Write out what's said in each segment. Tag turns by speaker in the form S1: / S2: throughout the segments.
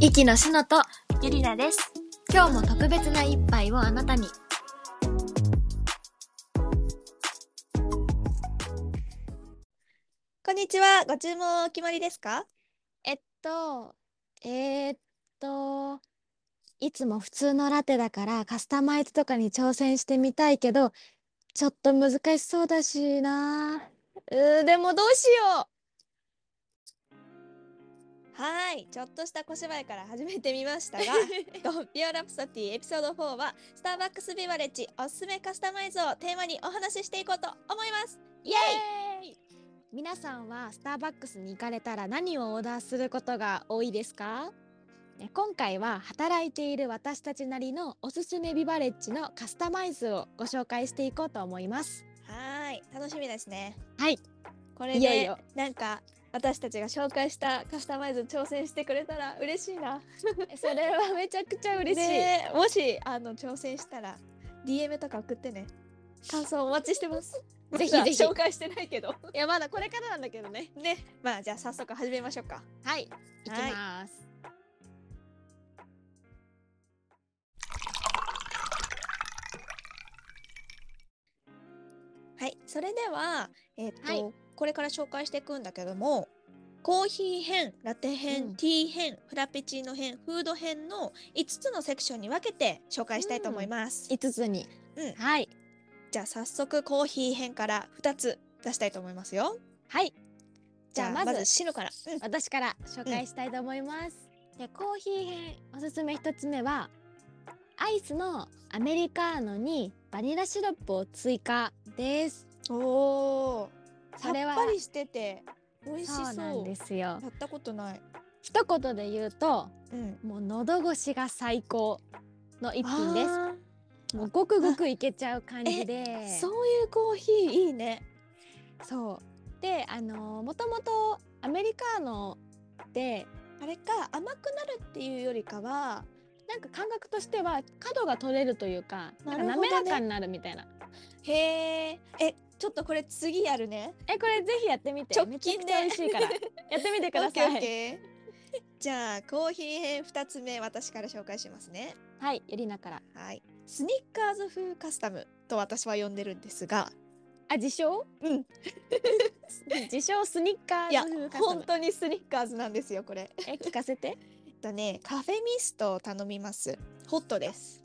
S1: 牧野しのと
S2: ゆりなです。
S1: 今日も特別な一杯をあなたに
S2: こんにちは。ご注文お決まりですか
S1: えっとえーっといつも普通のラテだからカスタマイズとかに挑戦してみたいけどちょっと難しそうだしなうーでもどうしよ
S2: はーい。ちょっとした小芝居から始めてみました が、
S1: う
S2: ドピオラプソディエピソード4は、スターバックスビバレッジおすすめカスタマイズをテーマにお話ししていこうと思います。イエーイ
S1: 皆さんはスターバックスに行かれたら何をオーダーすることが多いですかね今回は働いている私たちなりのおすすめビバレッジのカスタマイズをご紹介していこうと思います
S2: はーい。楽しみですね。
S1: はい。
S2: これで、
S1: いよいよ
S2: なんか、私たちが紹介したカスタマイズ挑戦してくれたら嬉しいな。
S1: それはめちゃくちゃ嬉しい、
S2: ねえもしあの挑戦したら DM とか送ってね感想お待ちしてます
S1: ぜひ
S2: まだ
S1: ぜひ
S2: 紹介してないけど
S1: いやまだこれからなんだけどね
S2: ねまあじゃあ早速始めましょうか
S1: はい、行き
S2: はい
S1: ます。
S2: はいそれではえっと、
S1: はい
S2: これから紹介していくんだけどもコーヒー編ラテ編、
S1: うん
S2: ティー編フラペチーノ編フード編の5つのセクションに分けて紹介したいと思います、
S1: 五、つに、
S2: うん
S1: はい、
S2: じゃあ早速コーヒー編から2つ出したいと思いますよ
S1: はい、
S2: じゃ
S1: じゃ
S2: あ
S1: あま
S2: ま
S1: ず
S2: ずシノから、 うん
S1: 私から紹介したいと思います。で、コーヒー編おすすめ一つ目は。アイスのアメリカーノにバニラシロップを追加です。
S2: おお。さ
S1: そ
S2: っ
S1: れは
S2: ぱりしてて美味しそう。
S1: そうなんですよ
S2: や。ったことない。
S1: 一言で言うと、
S2: うん。
S1: もう喉越しが最高の一品で
S2: あ
S1: す。もうごくごくいけちゃう感じで。
S2: ーそういうコーヒーいいね。
S1: そう。で、あのもともとアメリカーノって
S2: あれか甘くなるっていうよりかは、
S1: なんか感覚としては角が取れるというかなんか
S2: なるほ
S1: 滑
S2: どね
S1: らかになるみたいな
S2: へえ。え、ちょっとこれ次やるね。
S1: えこれぜひやってみて
S2: 直
S1: めちゃ
S2: 近
S1: く
S2: で
S1: ちゃ美味しいから やってみてくださ
S2: オッケーオッ
S1: い
S2: ケーじゃあコーヒー編二つ目私から紹介しますね。
S1: はいゆりなから
S2: はい。スニッカーズ風カスタムと私は呼んでるんですが、
S1: あ自称
S2: うん
S1: 自称スニッカ
S2: いや
S1: ーズ風カスタ
S2: 本
S1: ム
S2: 当にスニッカーズなんですよこれ。
S1: え聞かせて
S2: えっとねカフェミストを頼みますホットです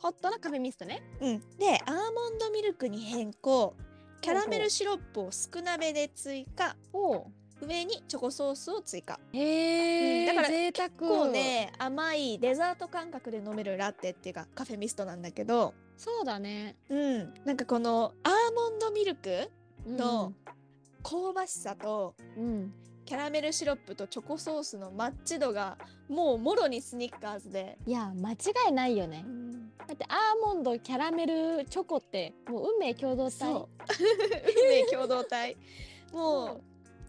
S1: ホットなカフェミストね
S2: うんでアーモンドミルクに変更キャラメルシロップを少なめで追加
S1: お
S2: 上にチョコソースを追加
S1: へ
S2: うんだから
S1: 贅沢
S2: こうね甘いデザート感覚で飲めるラテっていうかカフェミストなんだけど
S1: そうだね
S2: うんなんかこのアーモンドミルク
S1: うん
S2: の香ばしさと
S1: うん
S2: キャラメルシロップとチョコソースのマッチ度がもうもろにスニッカーズで、
S1: いや間違いないよねだってアーモンドキャラメルチョコってもう運命共同体
S2: そう 運命共同体もう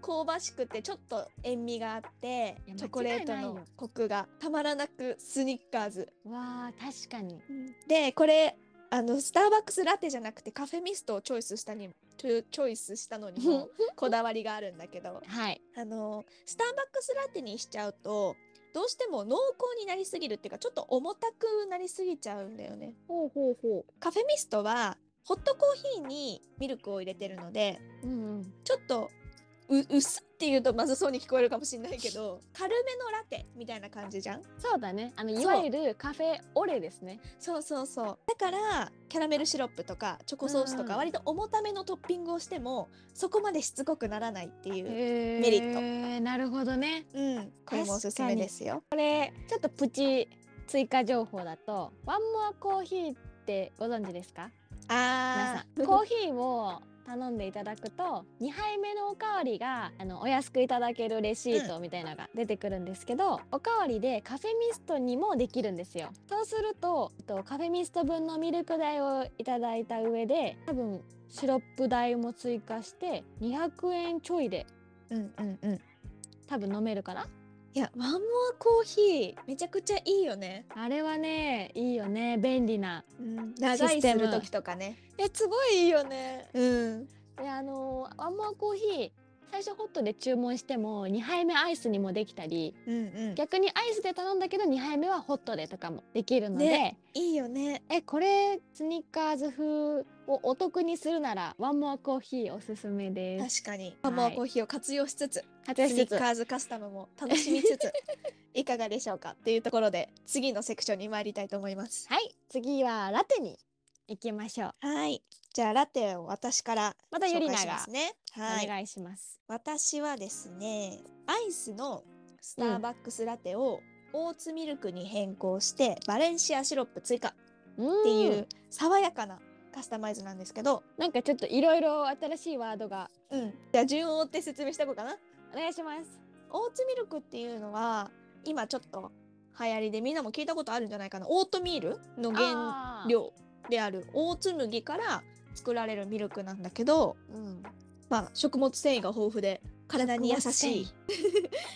S2: 香ばしくてちょっと塩味があって
S1: いや
S2: チョコレート
S1: 間違いない
S2: の
S1: よ
S2: コクがたまらなくスニッカーズ
S1: わあ確か に
S2: でこれあのスターバックスラテじゃなくてカフェミストをチョイスしたにチョチョイスしたのにもこだわりがあるんだけど
S1: はい
S2: あのスターバックスラテにしちゃうとどうしても濃厚になりすぎるっていうかちょっと重たくなりすぎちゃうんだよね。
S1: ほうほうほ
S2: カフェミストはホットコーヒーにミルクを入れてるので
S1: う。うんうん。
S2: ちょっとう薄っていうとまずそうに聞こえるかもしれないけど軽めのラテみたいな感じじゃん
S1: そうだね。あの
S2: そう
S1: いわゆるカフェオレですね。
S2: そうそうそうだからキャラメルシロップとかチョコソースと
S1: う
S2: か
S1: ん
S2: 割と重ためのトッピングをしてもそこまでしつこくならないっていう、
S1: へ
S2: メリット
S1: ト。なるほどね。
S2: うん、これもおすすめですよ
S1: これちょっとプチ追加情報だと、ワンモアコーヒーってご存知ですか？皆
S2: あ
S1: さん。
S2: ー
S1: コーヒーを頼んでいただくと2杯目のおかわりがあのお安くいただけるレシートみたいなのが出てくるんですけど、おかわりでカフェミストにもできるんですよそうするとえっとカフェミスト分のミルク代をいただいた上で多分シロップ代も追加して200円ちょいで
S2: うんうんうん
S1: 多分飲めるかない
S2: やワンモアコーヒーめちゃくちゃいいよね、
S1: あれはねいいよね便利な
S2: うん、
S1: 長
S2: 長
S1: い
S2: い
S1: す
S2: す
S1: る
S2: る
S1: 時
S2: 時とかね
S1: えすごいいいよね
S2: うん
S1: であのーワンモアコーヒー最初ホットで注文しても2杯目アイスにもできたり
S2: うんうん
S1: 逆にアイスで頼んだけど2杯目はホットでとかもできるので、
S2: ねいいよね
S1: えこれスニッカーズ風をお得にするならワンモアコーヒーおすすめです。
S2: 確かにマモアコーヒーを活用しつつ、
S1: 活躍
S2: ス
S1: し
S2: ニ
S1: つ
S2: ッ
S1: つ
S2: カーズカスタムも楽しみつ ついかがでしょうかっていうところで次のセクションに参りたいと思います
S1: はい次はラテに行きましょう。
S2: はいじゃあラテを私から
S1: またゆ
S2: 紹
S1: り
S2: 介
S1: な
S2: しま
S1: が
S2: すねはい
S1: お願いします。
S2: 私はですねアイスのスターバックスラテをオーツミルクに変更してバレンシアシロップ追加っ
S1: って
S2: いう爽やかなカスタマイズなんですけど、
S1: なんかちょっといろいろ新しいワードが
S2: うん、じゃあ順を追って説明していこうかな。
S1: お願いします。
S2: オーツミルクっていうのは今ちょっと流行りでみんなも聞いたことあるんじゃないかなオートミールの原
S1: あー、
S2: 料であるオーツ麦から作られるミルクなんだけど、
S1: うん、
S2: まあ、食物繊維が豊富で体に優し い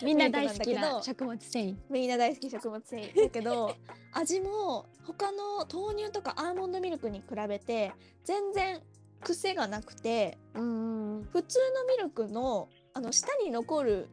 S1: みんな大好き
S2: ミルクなんだけど
S1: な食物繊維。
S2: みんな大好き食物繊維だけど 味も他の豆乳とかアーモンドミルクに比べて全然癖がなくて
S1: うんうん
S2: 普通のミルクのあの舌に残る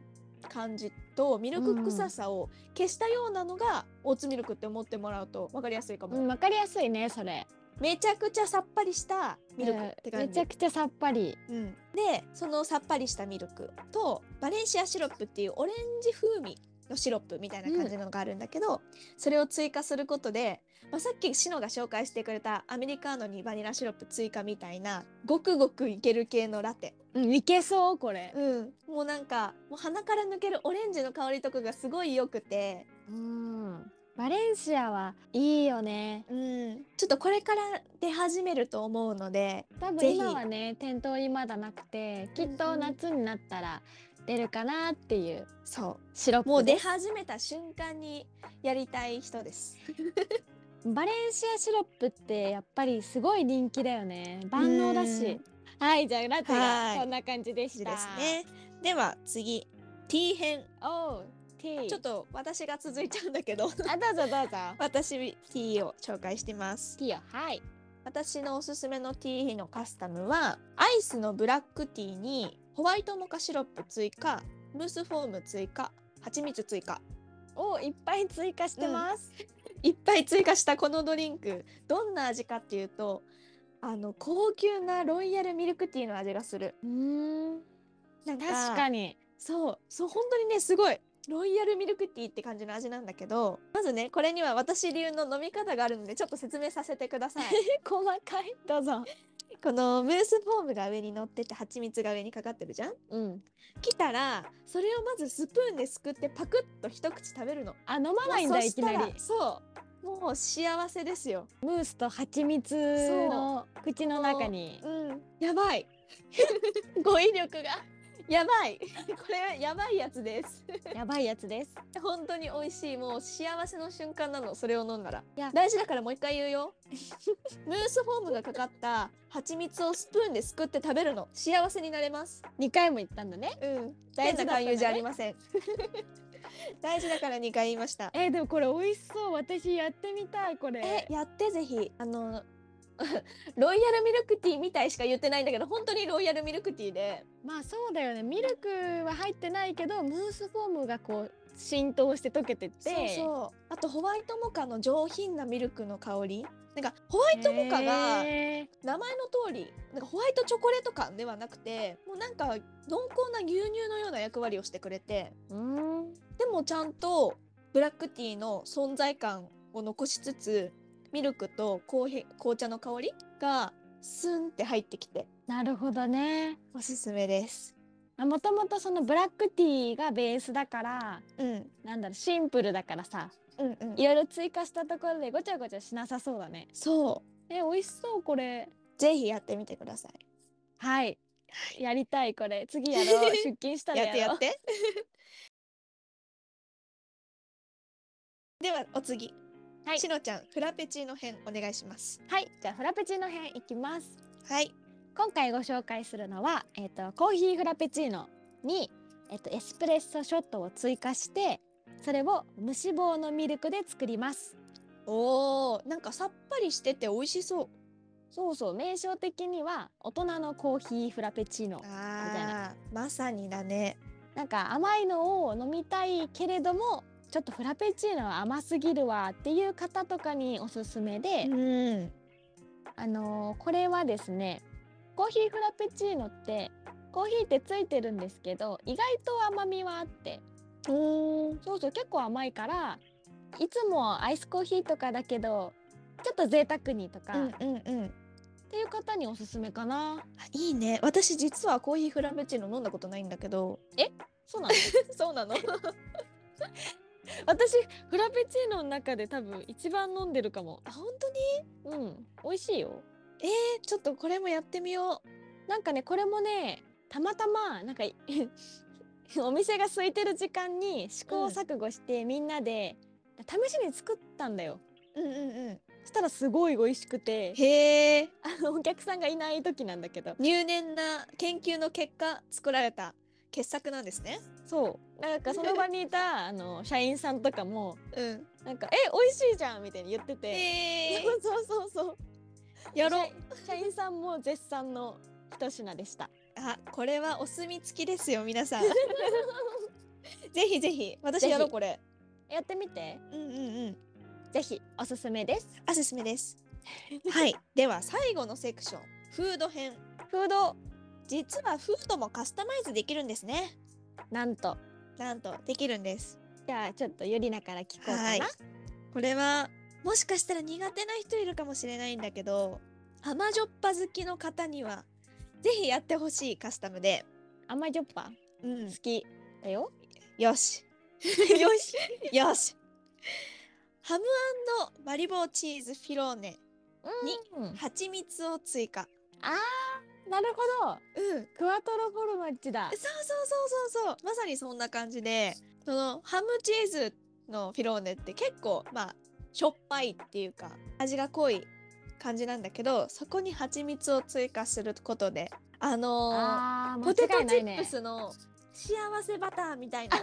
S2: 感じとミルク臭さを消したようなのがオーツミルクって思ってもらうと分かりやすいかも、
S1: うん、わかりやすいねそれ。
S2: めちゃくちゃさっぱりしたミルクって
S1: うん
S2: 感
S1: め
S2: じ、
S1: ちゃくちゃさっぱり。
S2: うんでそのさっぱりしたミルクとバレンシアシロップっていうオレンジ風味のシロップみたいな感じのがあるんだけど、それを追加することで、まあ、さっきシノが紹介してくれたアメリカーノにバニラシロップ追加みたいなごくごくいける系のラテ、
S1: うん、いけそうこれ。
S2: うん、もうなんかもう鼻から抜けるオレンジの香りとかがすごい良くて、
S1: うんバレンシアはいいよね。
S2: うん、ちょっとこれから出始めると思うので
S1: 多
S2: ぜ
S1: 分
S2: ひ
S1: 今はね店頭にまだなくてきっ
S2: うんう
S1: と
S2: ん
S1: 夏になったら出るかなっていう
S2: そ
S1: シロッ
S2: うも
S1: プ
S2: う出
S1: です。
S2: 始めた瞬間にやりたい人です。
S1: バレンシアシロップってやっぱりすごい人気だよね万能だ
S2: う
S1: し
S2: ん。
S1: はいじゃあラテ
S2: は
S1: が
S2: い
S1: そんな感じでした。
S2: です。ね。では次 T 編
S1: おう T
S2: ちょっと私が続いちゃうんだけど
S1: あ どうぞどうぞ。
S2: 私 T を紹介してます
S1: T よはい。
S2: 私のおすすめの T のカスタムはアイスのブラックティーにホワイトモカシロップ追加ムースフォーム追加蜂蜜追加
S1: おういっぱい追加してます。
S2: いっぱい追加したこのドリンクどんな味かっていうとあの高級なロイヤルミルクティーの味がする
S1: うん
S2: なんか
S1: 確かに。
S2: そうそう本当にねすごいロイヤルミルクティーって感じの味なんだけどまずねこれには私流の飲み方があるのでちょっと説明させてください
S1: 細かいどうぞ。
S2: このムースフォームが上に乗ってて蜂蜜が上にかかってるじゃん
S1: うん。
S2: 来たらそれをまずスプーンですくってパクッと一口食べるの
S1: あ飲まないんだ
S2: もう
S1: い
S2: そ
S1: き
S2: した
S1: な
S2: ら
S1: り。
S2: そうもう幸せですよ
S1: ムースと蜂蜜の口の中に
S2: うんや ばい語彙力が やばい これやばいやつです
S1: やばいやつです。
S2: 本当に美味しいもう幸せの瞬間なのそれを飲んだら
S1: いや
S2: 大事だからもう一回言うよ ムースフォームがかかった蜂蜜をスプーンですくって食べるの幸せになれます
S1: 二回も言ったんだね。
S2: うん
S1: 大
S2: 変
S1: 事だ
S2: な
S1: ったん
S2: 勧
S1: だね
S2: 誘じゃありません 大事だから2回言いました
S1: えーでもこれ美味しそう。私やってみたいこ
S2: え
S1: れ。
S2: やってぜひあの ロイヤルミルクティーみたいしか言ってないんだけど本当にロイヤルミルクティーで
S1: まあそうだよね。ミルクは入ってないけどムースフォームがこう浸透して溶けてって。
S2: そうそうあとホワイトモカの上品なミルクの香りなんかホワイトモカが
S1: へ
S2: 名前の通りなんかホワイトチョコレート感ではなくてもうなんか濃厚な牛乳のような役割をしてくれて
S1: ーうん。
S2: でもちゃんとブラックティーの存在感を残しつつミルクとコーヒー紅茶の香りがスンって入ってきて
S1: なるほどね。
S2: おすすめです。
S1: もともとそのブラックティーがベースだから
S2: うん、
S1: なんだろうシンプルだからさ
S2: うん、うん
S1: いろいろ追加したところでごちゃごちゃしなさそうだね
S2: そ
S1: え美味しそうこれ
S2: うぜひやってみてください。
S1: はいやりたいこれ次や ろう出勤したら
S2: やって
S1: や
S2: や
S1: ろ
S2: っ
S1: う
S2: て。 ではお次、
S1: はい
S2: しのちゃんフラペチーノ編お願いします。
S1: はいじゃあフラペチーノ編いきます
S2: はい。
S1: 今回ご紹介するのは、えっとコーヒーフラペチーノに、えっとエスプレッソショットを追加してそれを無脂肪のミルクで作ります
S2: おーなんかさっぱりしてて美味しそう
S1: そうそう名称的には大人のコーヒーフラペチーノ
S2: あーまさにだね
S1: なんか甘いのを飲みたいけれどもちょっとフラペチーノは甘すぎるわっていう方とかにおすすめで、
S2: うん
S1: あのーこれはですねコーヒーフラペチーノってコーヒーってついてるんですけど意外と甘みはあって
S2: お
S1: そうそう結構甘いからいつもアイスコーヒーとかだけどちょっと贅沢にとか、
S2: うん
S1: っ
S2: うんうん
S1: ていう方におすすめかな
S2: あいいね私実はコーヒーフラペチーノ飲んだことないんだけど
S1: そうなんです
S2: そうなの
S1: 私フラペチーノの中で多分一番飲んでるかも
S2: あ本当に
S1: うん美味しいよ
S2: えちょっとこれもやってみよ
S1: なんかねこれもねたまたまなんかい お店が空いてる時間に試行錯誤して、みんなで試しに作ったんだよ
S2: ううんうんうん
S1: そしたらすごい美味しくて
S2: へえ
S1: あのお客さんがいない時なんだけど
S2: 入念な研究の結果作られた傑作なんですね
S1: そうなんかその場にい たあの社員さんとかも
S2: うん
S1: なんか「え美味しいじゃん」みたいに言ってて、
S2: え
S1: そうそうそうそう
S2: ー、やろう
S1: 社社員さんも絶賛の一品でした
S2: あこれはお墨付きですよ皆 さんぜひぜひ私やろ
S1: ぜ
S2: う
S1: ひ
S2: これ
S1: やってみて
S2: うんうんうん
S1: ぜひおすすめです
S2: おすすめです はいでは最後のセクションフード編
S1: フード
S2: 実はフードもカスタマイズできるんですね
S1: なんと
S2: なんとできるんです
S1: じゃあちょっとゆりなから聞こうかな、
S2: はいこれはもしかしたら苦手な人いるかもしれないんだけど甘じょっぱ好きの方にはぜひやってほしいカスタムで、
S1: 甘いジョッパ
S2: う
S1: 好
S2: ん、
S1: きだよ、
S2: よ しよしよしハムバリボーチーズフィローネ
S1: うん
S2: 蜂蜜を追加
S1: なるほど
S2: うん
S1: クワトロフォルマッチだ
S2: そうそうそうそうそうまさにそんな感じでそのハムチーズのフィローネって結構まあしょっぱいっていうか味が濃い感じなんだけどそこに蜂蜜を追加することであのー
S1: あー
S2: ポテト
S1: 間違い
S2: チ
S1: ない
S2: ップ
S1: ね
S2: スの幸せバターみたいな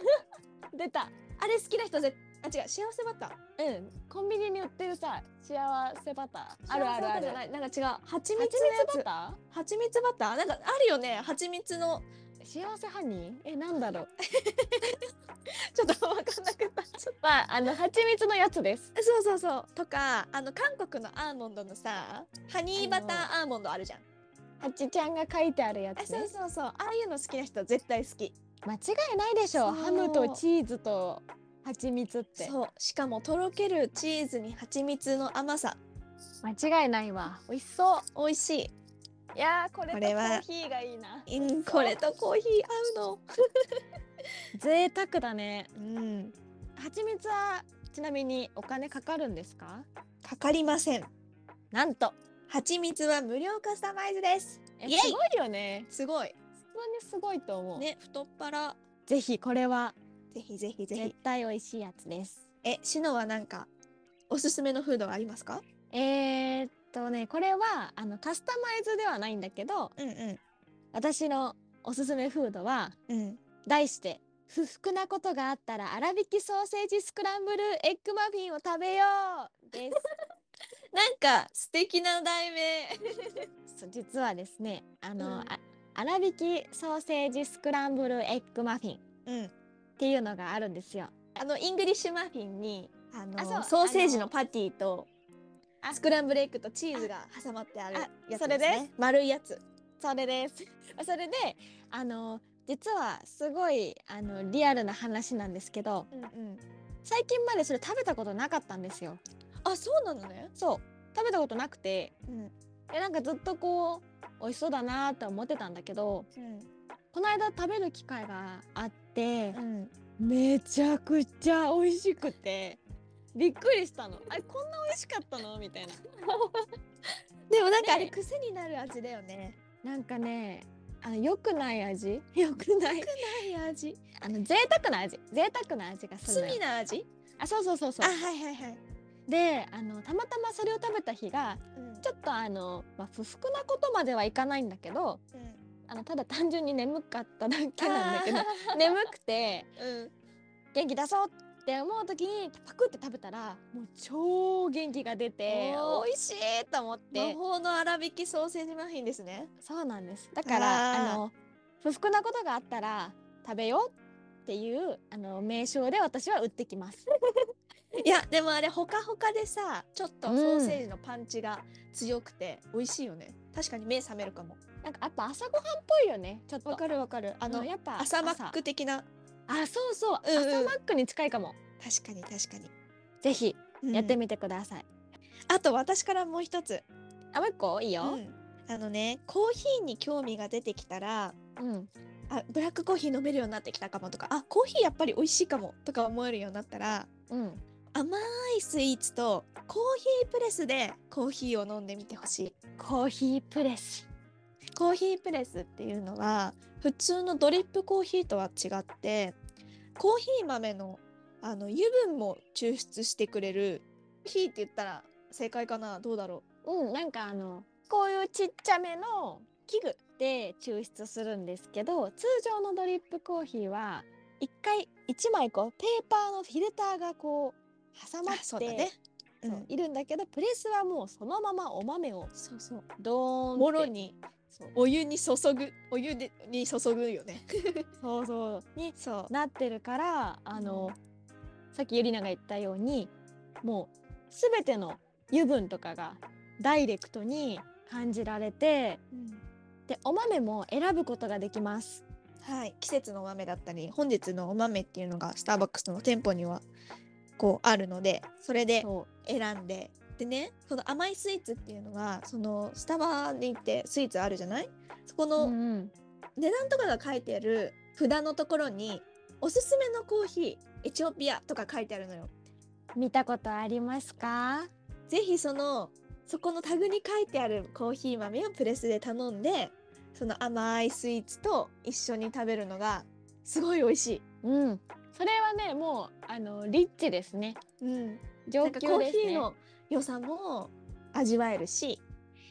S1: 出た
S2: あれ好きな人ぜあ違う幸せバター
S1: うんコンビニに売ってるさ幸せバターあるあるあ
S2: 幸せバターじ
S1: る
S2: ゃないなんか違う蜂蜜
S1: 蜂
S2: のや
S1: 蜜
S2: つ
S1: バ
S2: 蜂蜜バターなんかあるよね蜂蜜の
S1: ター幸せハニーえなんだろう
S2: ちょっと分かんなくなっちゃっ
S1: まああの蜂蜜のやつです
S2: たそうそうそうとかあの韓国のアーモンドのさハニーバターアーモンドあるじゃん
S1: ハチちゃんが書いてあるや
S2: あ
S1: つ
S2: そう
S1: ね
S2: そうそうああいうの好きな人は絶対好き
S1: 間違いないでしょ
S2: そう
S1: ハムとチーズと蜂蜜って
S2: そうしかもとろけるチーズに蜂蜜の甘さ
S1: 間違いないわ美味しそ
S2: 美味し
S1: ういやーこれとコ
S2: これは、
S1: ーヒーがいいない
S2: うん、これとコーヒー合うの
S1: 贅沢だね
S2: うん
S1: 蜂蜜はちなみにお金かかるんですか
S2: かかりません
S1: なんと
S2: 蜂蜜は無料カスタマイズです
S1: え
S2: イエイ
S1: すごいよね
S2: すごい
S1: 普通にすごいと思う、
S2: ね太っ腹
S1: ぜひこれは
S2: ぜひぜひぜ
S1: 絶
S2: ひ
S1: 対美味しいやつです
S2: えしのはなんかおすすめのフードはありますか
S1: えー、っとねこれはあのカスタマイズではないんだけど
S2: うんうん
S1: 私のおすすめフードは
S2: うん
S1: 題して不服なことがあったら粗挽きソーセージスクランブルエッグマフィンを食べようです
S2: なんか素敵な題名
S1: そう実はですねあの、
S2: うん
S1: あ粗挽きソーセージスクランブルエッグマフィンっ
S2: うん
S1: ていうのがあるんですよ。
S2: あのイングリッシュマフィンにあの
S1: あそう
S2: ソーセージのパティと
S1: あ
S2: スクランブルエッグとチーズが挟まってある
S1: あ
S2: やつです、ね、
S1: それです
S2: 丸いやつ
S1: それです。 それであの実はすごいあのリアルな話なんですけど
S2: うんうん
S1: 最近までそれ食べたことなかったんですよ。
S2: あそうなのね
S1: そう食べたことなくて
S2: うん
S1: でなんかずっとこう美味しそうだなーって思ってたんだけどこの間食べる機会があって
S2: う、ん
S1: めちゃくちゃ美味しくてびっくりしたのあれこんな美味しかったのみたいな
S2: でもなんかあれ
S1: ね
S2: 癖になる味だよね
S1: なんかねあの良くない味良くない
S2: いい味
S1: あの贅沢な味贅沢な味がするのよ
S2: 罪な味
S1: あそうそうそうそ
S2: あは
S1: う
S2: いはいはい、
S1: であのたまたまそれを食べた日が
S2: うん
S1: ちょっとあの、まあ、不服なことまではいかないんだけど
S2: うん
S1: あのただ単 純に眠かっただけなんだけど眠くて
S2: うん
S1: 元気出そうって思う時にパクって食べたらもう超元気が出て
S2: おー
S1: 美味しいと思って
S2: 魔法の粗挽きソーセージマフィンですね。
S1: そうなんですだから
S2: あー
S1: あの不服なことがあったら食べようっていうあの名称で私は売ってきます。
S2: いやでもあれほかほかでさちょっとソーセージのパンチが強くて美味しいよね。確かに目覚めるかも。
S1: なんかやっぱ朝ごはんっぽいよねちょっと。
S2: わかるわかる。あ
S1: あの
S2: の
S1: やっぱ
S2: 朝マック的な
S1: あそうそう、
S2: うんうん
S1: 朝マックに近いかも。
S2: 確かに確かに、
S1: ぜひ
S2: うん
S1: やってみてください。
S2: あと私からもう一つ、
S1: あもう一個いいよ。
S2: うんあのねコーヒーに興味が出てきたら
S1: うん。
S2: あブラックコーヒー飲めるようになってきたかもとかあコーヒーやっぱり美味しいかもとか思えるようになったら
S1: うん。
S2: 甘いスイーツとコーヒープレスでコーヒーを飲んでみてほしい
S1: コーヒープレス。
S2: コーヒープレスっていうのは普通のドリップコーヒーとは違ってコーヒー豆のあの油分も抽出してくれるコーヒーって言ったら正解かなどうだろ
S1: うん、なんかあの、こういうちっちゃめの器具で抽出するんですけど、通常のドリップコーヒーは、一回、一枚こう、ペーパーのフィルターがこう、挟
S2: う
S1: まって、
S2: そうだね、う、
S1: そうんいるんだけど、プレスはもうそのままお豆を
S2: そうそう
S1: ドーンって
S2: もろに
S1: そう
S2: お湯に注ぐお湯でに注ぐよね
S1: そうそう に
S2: そう
S1: なってるから、あの、さっきゆりなが言ったように、もう、すべての油分とかがダイレクトに感じられて、でお豆も選ぶことができます
S2: はい季節のお豆だったり本日のお豆っていうのがスターバックスの店舗にはこうあるのでそれで
S1: そ
S2: 選んででねその甘いスイーツっていうのがそのスタバに行ってスイーツあるじゃないそこ
S1: う、
S2: の
S1: うんうん
S2: 値段とかが書いてある札のところにおすすめのコーヒーエチオピアとか書いてあるのよ
S1: 見たことありますか
S2: ぜひそのそこのタグに書いてあるコーヒー豆をプレスで頼んでその甘いスイーツと一緒に食べるのがすごい美味し
S1: うんそれはねもうあのリッチですね
S2: い、うん、な
S1: 上
S2: んか
S1: 級
S2: コー
S1: で
S2: ヒ
S1: す
S2: ー
S1: ね
S2: の良さも味わえるし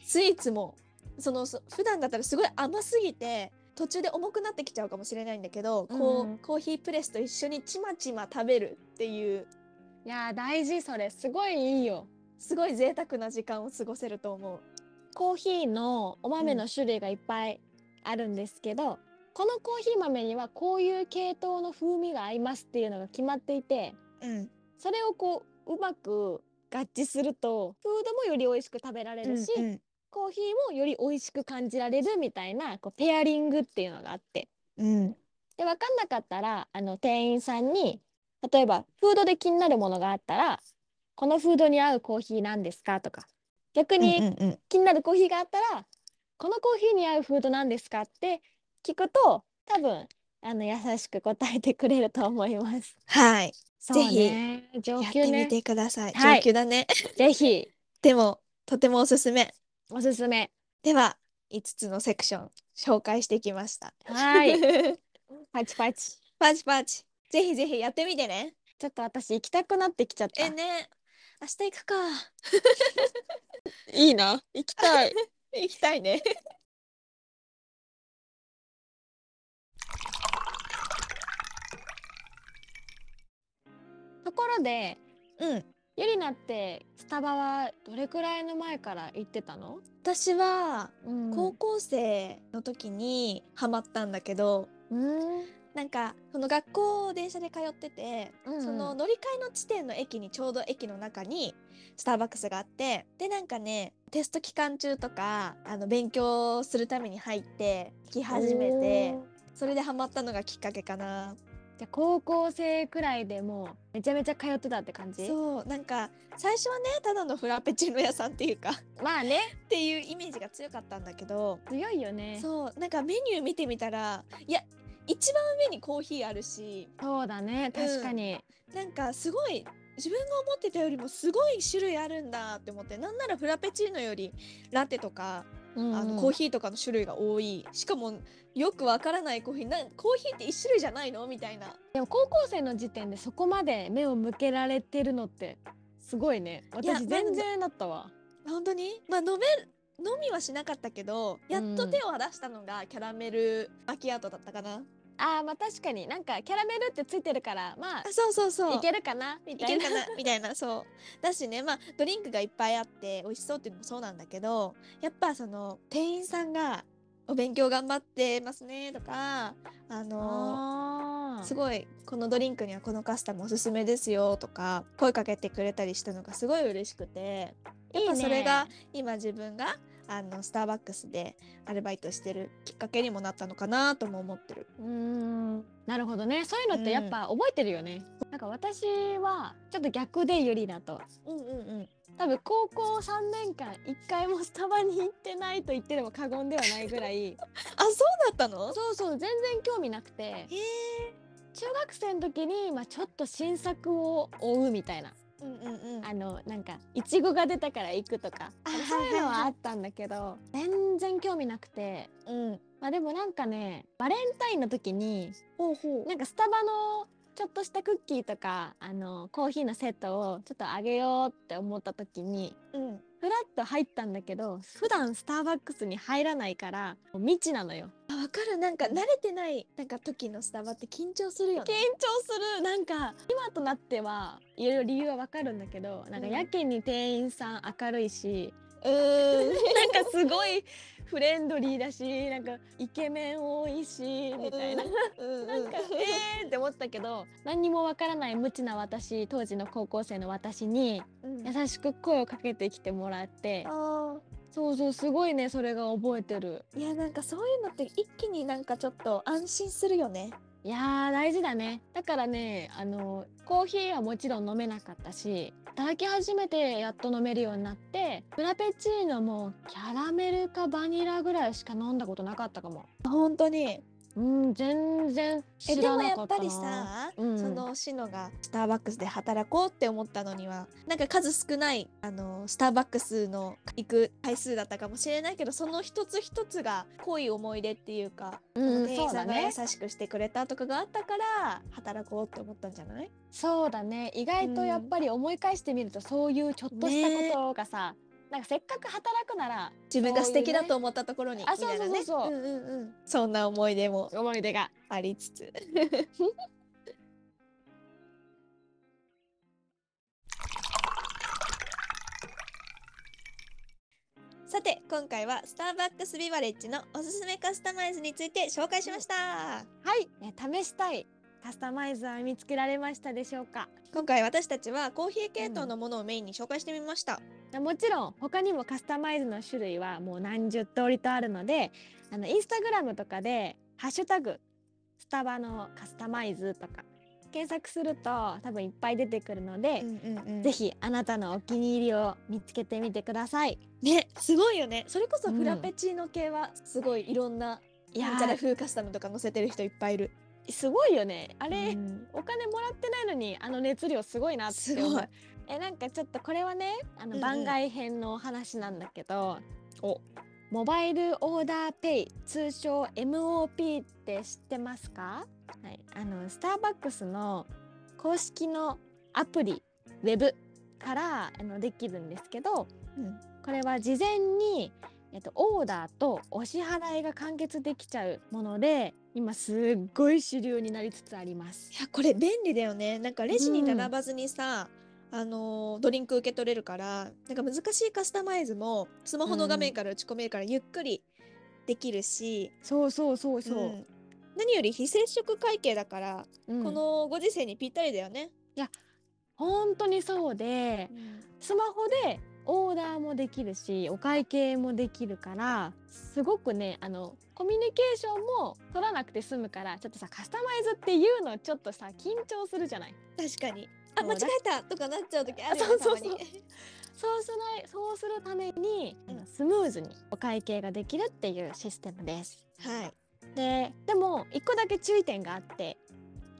S2: スイーツもそのそ普段だったらすごい甘すぎて途中で重くなってきちゃうかもしれないんだけど、こ
S1: うん
S2: うコーヒープレスと一緒にちまちま食べるっていう
S1: いやー大事それすごいいいよ
S2: すごい贅沢な時間を過ごせると思う。
S1: コーヒーのお豆の種類がいっぱいあるんですけど、このコーヒー豆にはこういう系統の風味が合いますっていうのが決まっていて
S2: うん、
S1: それをこううまく合致するとフードもより美味しく食べられるし、
S2: うん
S1: コーヒーもより美味しく感じられるみたいなこうペアリングっていうのがあって
S2: うん
S1: で分かんなかったらあの店員さんに例えばフードで気になるものがあったら「このフードに合うコーヒーなんですか?」とか逆に
S2: うんうん
S1: 気になるコーヒーがあったら「このコーヒーに合うフードなんですか?」って聞くと多分あの優しく答えてくれると思い ます。
S2: はい、
S1: そうね、上
S2: やっ
S1: 級
S2: てみ
S1: ね。
S2: てください。
S1: はい
S2: 上級だね。
S1: ぜひ
S2: でもとてもおすすめ。
S1: おすすめ。
S2: では5つのセクション紹介してきました。
S1: はい、パチパチ。
S2: パチパチ。ぜひぜひやってみてね。
S1: ちょっと私行きたくなってきちゃった。
S2: えね、明日行くか。
S1: いいな。行きたい。
S2: 行きたいね。
S1: ところで、
S2: うん。
S1: ゆりなってスタバはどれくらいの前から行ってたの？
S2: 私は
S1: うん
S2: 高校生の時にハマったんだけど、
S1: うん。
S2: なんかその学校を電車で通ってて、
S1: うんうん
S2: その乗り換えの地点の駅にちょうど駅の中にスターバックスがあってでなんかねテスト期間中とかあの勉強するために入って行き始めて
S1: おー。
S2: それでハマったのがきっかけかな
S1: じゃあ高校生くらいでもうめちゃめちゃ通ってたって感じ？
S2: そうなんか最初はねただのフラペチーノ屋さんっていうか っ
S1: まあね、
S2: ていうイメージが強かったんだけど
S1: 強いよね。そう
S2: そうなんかメニュー見てみたらいや一番上にコーヒーあるし
S1: だね、
S2: うん
S1: 確かに。
S2: なんかすごい自分が思ってたよりもすごい種類あるんだって思ってなんならフラペチーノよりラテとか、
S1: うん
S2: あのコーヒーとかの種類が多いしかもよくわからないコーヒーなんコーヒーって一種類じゃないのみたいな
S1: でも高校生の時点でそこまで目を向けられてるのってすごいね。
S2: いや
S1: 私全然だったわ。
S2: 本当にまあ飲め飲みはしなかったけどやっと手を出したのがキャラメルマキアートだったかな、
S1: あーまあ確かになんかキャラメルってついてるからま
S2: あそうそうそう
S1: あいけるかなみ
S2: い
S1: た
S2: け
S1: い
S2: る
S1: な
S2: かなみたいなそうだしねまあドリンクがいっぱいあって美味しそうっていうのもそうなんだけどやっぱその店員さんが「お勉強頑張ってますね」とか「あの
S1: あー
S2: すごいこのドリンクにはこのカスタムおすすめですよ」とか声かけてくれたりしたのがすごい嬉しくてやっ
S1: いい
S2: ぱ
S1: ね
S2: それが今自分があのスターバックスでアルバイトしてるきっかけにもなったのかなとも思ってる。
S1: うーんなるほどねそういうのってやっぱ覚えてるよね、なんか私はちょっと逆でゆりだと
S2: うんうんうん、
S1: 多分高校3年間1回もスタバに行ってないと言っても過言ではないぐらい
S2: あそうだったの
S1: そうそう全然興味なくて
S2: へえ。
S1: 中学生の時に、まあ、ちょっと新作を追うみたいな
S2: うんうんうん。
S1: あのなんかいちごが出たから行くとか
S2: あ
S1: そういうの
S2: はいはい
S1: は
S2: はい
S1: あったんだけど全然興味なくて
S2: うん。
S1: まあでもなんかねバレンタインの時に
S2: ほうほ
S1: なんかスタバのちょっとしたクッキーとかあのコーヒーのセットをちょっとあげようって思った時に
S2: うん。
S1: ふらっと入ったんだけど普段スターバックスに入らないからもう未知なのよ
S2: あわかるなんか慣れてないなんか時のスタバって緊張するよ
S1: 緊張
S2: ね。
S1: するなんか今となってはいろいろ理由はわかるんだけどなんかやけに店員さん明るいし、
S2: うー
S1: な
S2: ん。
S1: んかすごいフレンドリーだしなんかイケメン多いしみたいな。
S2: うん
S1: なんか
S2: う
S1: えーって思ったけど何にもわからない無知な私当時の高校生の私に
S2: んうん。
S1: 優しく声をかけてきてもらって
S2: あ
S1: そうそうすごいねそれが覚えてる
S2: ーいやなんかそういうのって一気になんかちょっと安心するよね。
S1: いやー大事だねだからねあのコーヒーはもちろん飲めなかったし働き始めてやっと飲めるようになってフラペチーノもキャラメルかバニラぐらいしか飲んだことなかったかも
S2: 本当に。
S1: うん全然
S2: え
S1: 知
S2: で
S1: ら
S2: も
S1: な
S2: や
S1: か
S2: っ
S1: った
S2: ぱ
S1: な
S2: りさ、
S1: うん
S2: そのシノがスターバックスで働こうって思ったのにはなんか数少ないあのスターバックスの行く回数だったかもしれないけどその一つ一つが濃い思い出っていうか、
S1: うん
S2: その店員さんが
S1: そうだ
S2: 優
S1: ね
S2: しくしてくれたとかがあったから働こうって思ったんじゃない
S1: そうだね意外とやっぱり思い返してみると、そういうちょっとしたことがさ、なんかせっかく働くなら
S2: 自分が素敵だと思ったところに
S1: あそう
S2: みたいなね
S1: そうそうそうん
S2: うんうんそんな思い出も
S1: 思い出が
S2: ありつ つさて今回はスターバックスビバレッジのおすすめカスタマイズについて紹介しました
S1: はい、え試したいカスタマイズは見つけられましたでしょうか
S2: 今回私たちはコーヒー系統のものをメインに紹介してみました、
S1: もちろん他にもカスタマイズの種類はもう何十通りとあるのであのインスタグラムとかで「ハッシュタグスタバのカスタマイズ」とか検索すると多分いっぱい出てくるので、
S2: うんうん
S1: ぜひあなたのお気に入りを見つけてみてください。
S2: ねすごいよねそれこそ
S1: うん
S2: フラペチーノ系はすごいいろんな、
S1: い
S2: なんちゃら風カスタムとか載せてる人いっぱいいる
S1: すごいよねあ
S2: あ
S1: れ、お金もらってないのにあの熱量すごいなって思う
S2: すごい
S1: えなんかちょっとこれはねあ
S2: うんう
S1: の
S2: ん
S1: 番外編のお話なんだけど、
S2: お
S1: モバイルオーダーペイ通称 MOP って知ってますか、はい、あのスターバックスの公式のアプリウェブからあのできるんですけど
S2: うん
S1: これは事前に、えっと、オーダーとお支払いが完結できちゃうもので今すっごい主流になりつつあります。
S2: いやこれ便利だよねなんかレジに並ばずにさ、あのードリンク受け取れるからなんか難しいカスタマイズもスマホの画面から打ち込めるからゆっくりできるし、
S1: そうそうそう
S2: う
S1: そう。
S2: ん何より非接触会計だから、
S1: うん
S2: このご時世にぴったりだよね。
S1: 本当にそうでスマホでオーダーもできるしお会計もできるからすごくねあのコミュニケーションも取らなくて済むからちょっとさカスタマイズっていうのちょっとさ緊張するじゃない
S2: 確かにあ
S1: そう
S2: 間違えたとかなっちゃう時あるよ
S1: あ
S2: ね
S1: そうそう
S2: たま
S1: そ
S2: に
S1: うそうしないそうするために、あの
S2: うん
S1: スムーズにお会計ができるっていうシステムです。
S2: はい
S1: ででも一個だけ注意点があって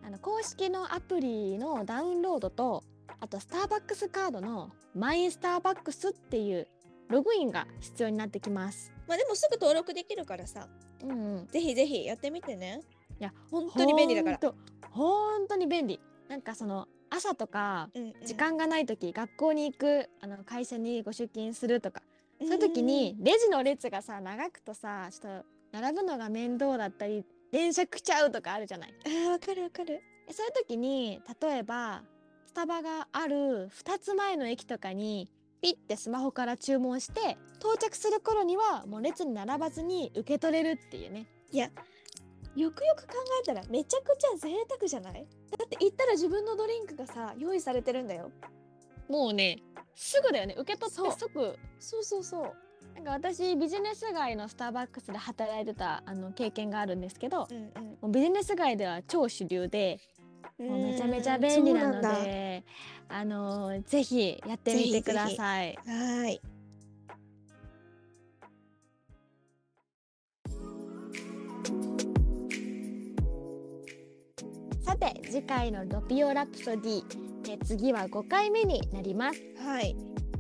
S1: あの公式のアプリのダウンロードとあとスターバックスカードのマイスターバックスっていうログインが必要になってきます。
S2: まあでもすぐ登録できるからさ
S1: うんうん、
S2: ぜひぜひやってみてね
S1: いや
S2: 本当に便利だか
S1: ほ
S2: ら
S1: んと本当に便利なんかその朝とか
S2: うんうん
S1: 時間がない時、学校に行くあの会社にご出勤するとか
S2: そ
S1: そういう時にレジの列がさ長くとさちょっと並ぶのが面倒だったり電車来ちゃうとかあるじゃない
S2: あーわかるわかる。
S1: えそういう時に例えばスタバがある2つ前の駅とかにピッてスマホから注文して到着する頃にはもう列に並ばずに受け取れるっていうね
S2: よくよく考えたらめちゃくちゃ贅沢じゃないだって行ったら自分のドリンクがさ用意されてるんだよ。
S1: もうねすぐだよね受け取
S2: そう
S1: って即
S2: そうそうそう。
S1: なんか私ビジネス街のスターバックスで働いてたあの経験があるんですけど
S2: うん
S1: もうビジネス街では超主流で
S2: うん
S1: もうめちゃめちゃ便利なの
S2: そうなんだ
S1: であのぜひやってみてください。
S2: はーい。
S1: さて次回の「ロピオラプソディ」え次は5回目になります
S2: はい。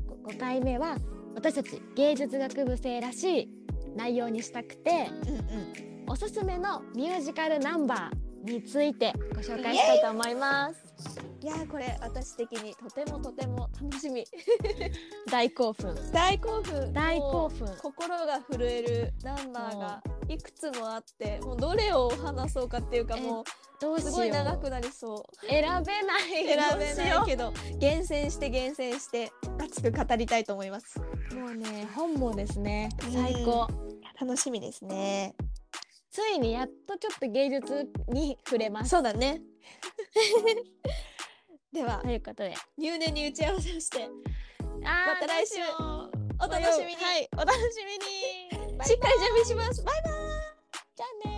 S1: ご 5, 回目は私たち芸術学部生らしい内容にしたくて
S2: うんうん。
S1: おすすめのミュージカルナンバーについてご紹介したいと思います
S2: いやーこれ私的にとてもとても楽しみ。
S1: 大興奮
S2: 大興奮。
S1: 大興
S2: 奮。
S1: 奮
S2: 心が震えるナンバーがいくつもあって、もうどれを話そうかっていうか
S1: え
S2: も
S1: ど
S2: う
S1: うし
S2: す
S1: よう
S2: ごい長くなりそう。
S1: 選べない
S2: 選
S1: どう
S2: べ
S1: し
S2: な
S1: よ
S2: いけど厳選して厳選して熱く語りたいと思います
S1: うもうね本望ですね最高
S2: 楽しみですね
S1: ついにやっとちょっと芸術に触れます
S2: そうだね では
S1: ということで
S2: 入念に打ち合わせをして
S1: あー
S2: また来週
S1: どうしよう
S2: お楽しみに、
S1: はいお楽しみに
S2: しっかり準備しますバイバイ
S1: じゃあね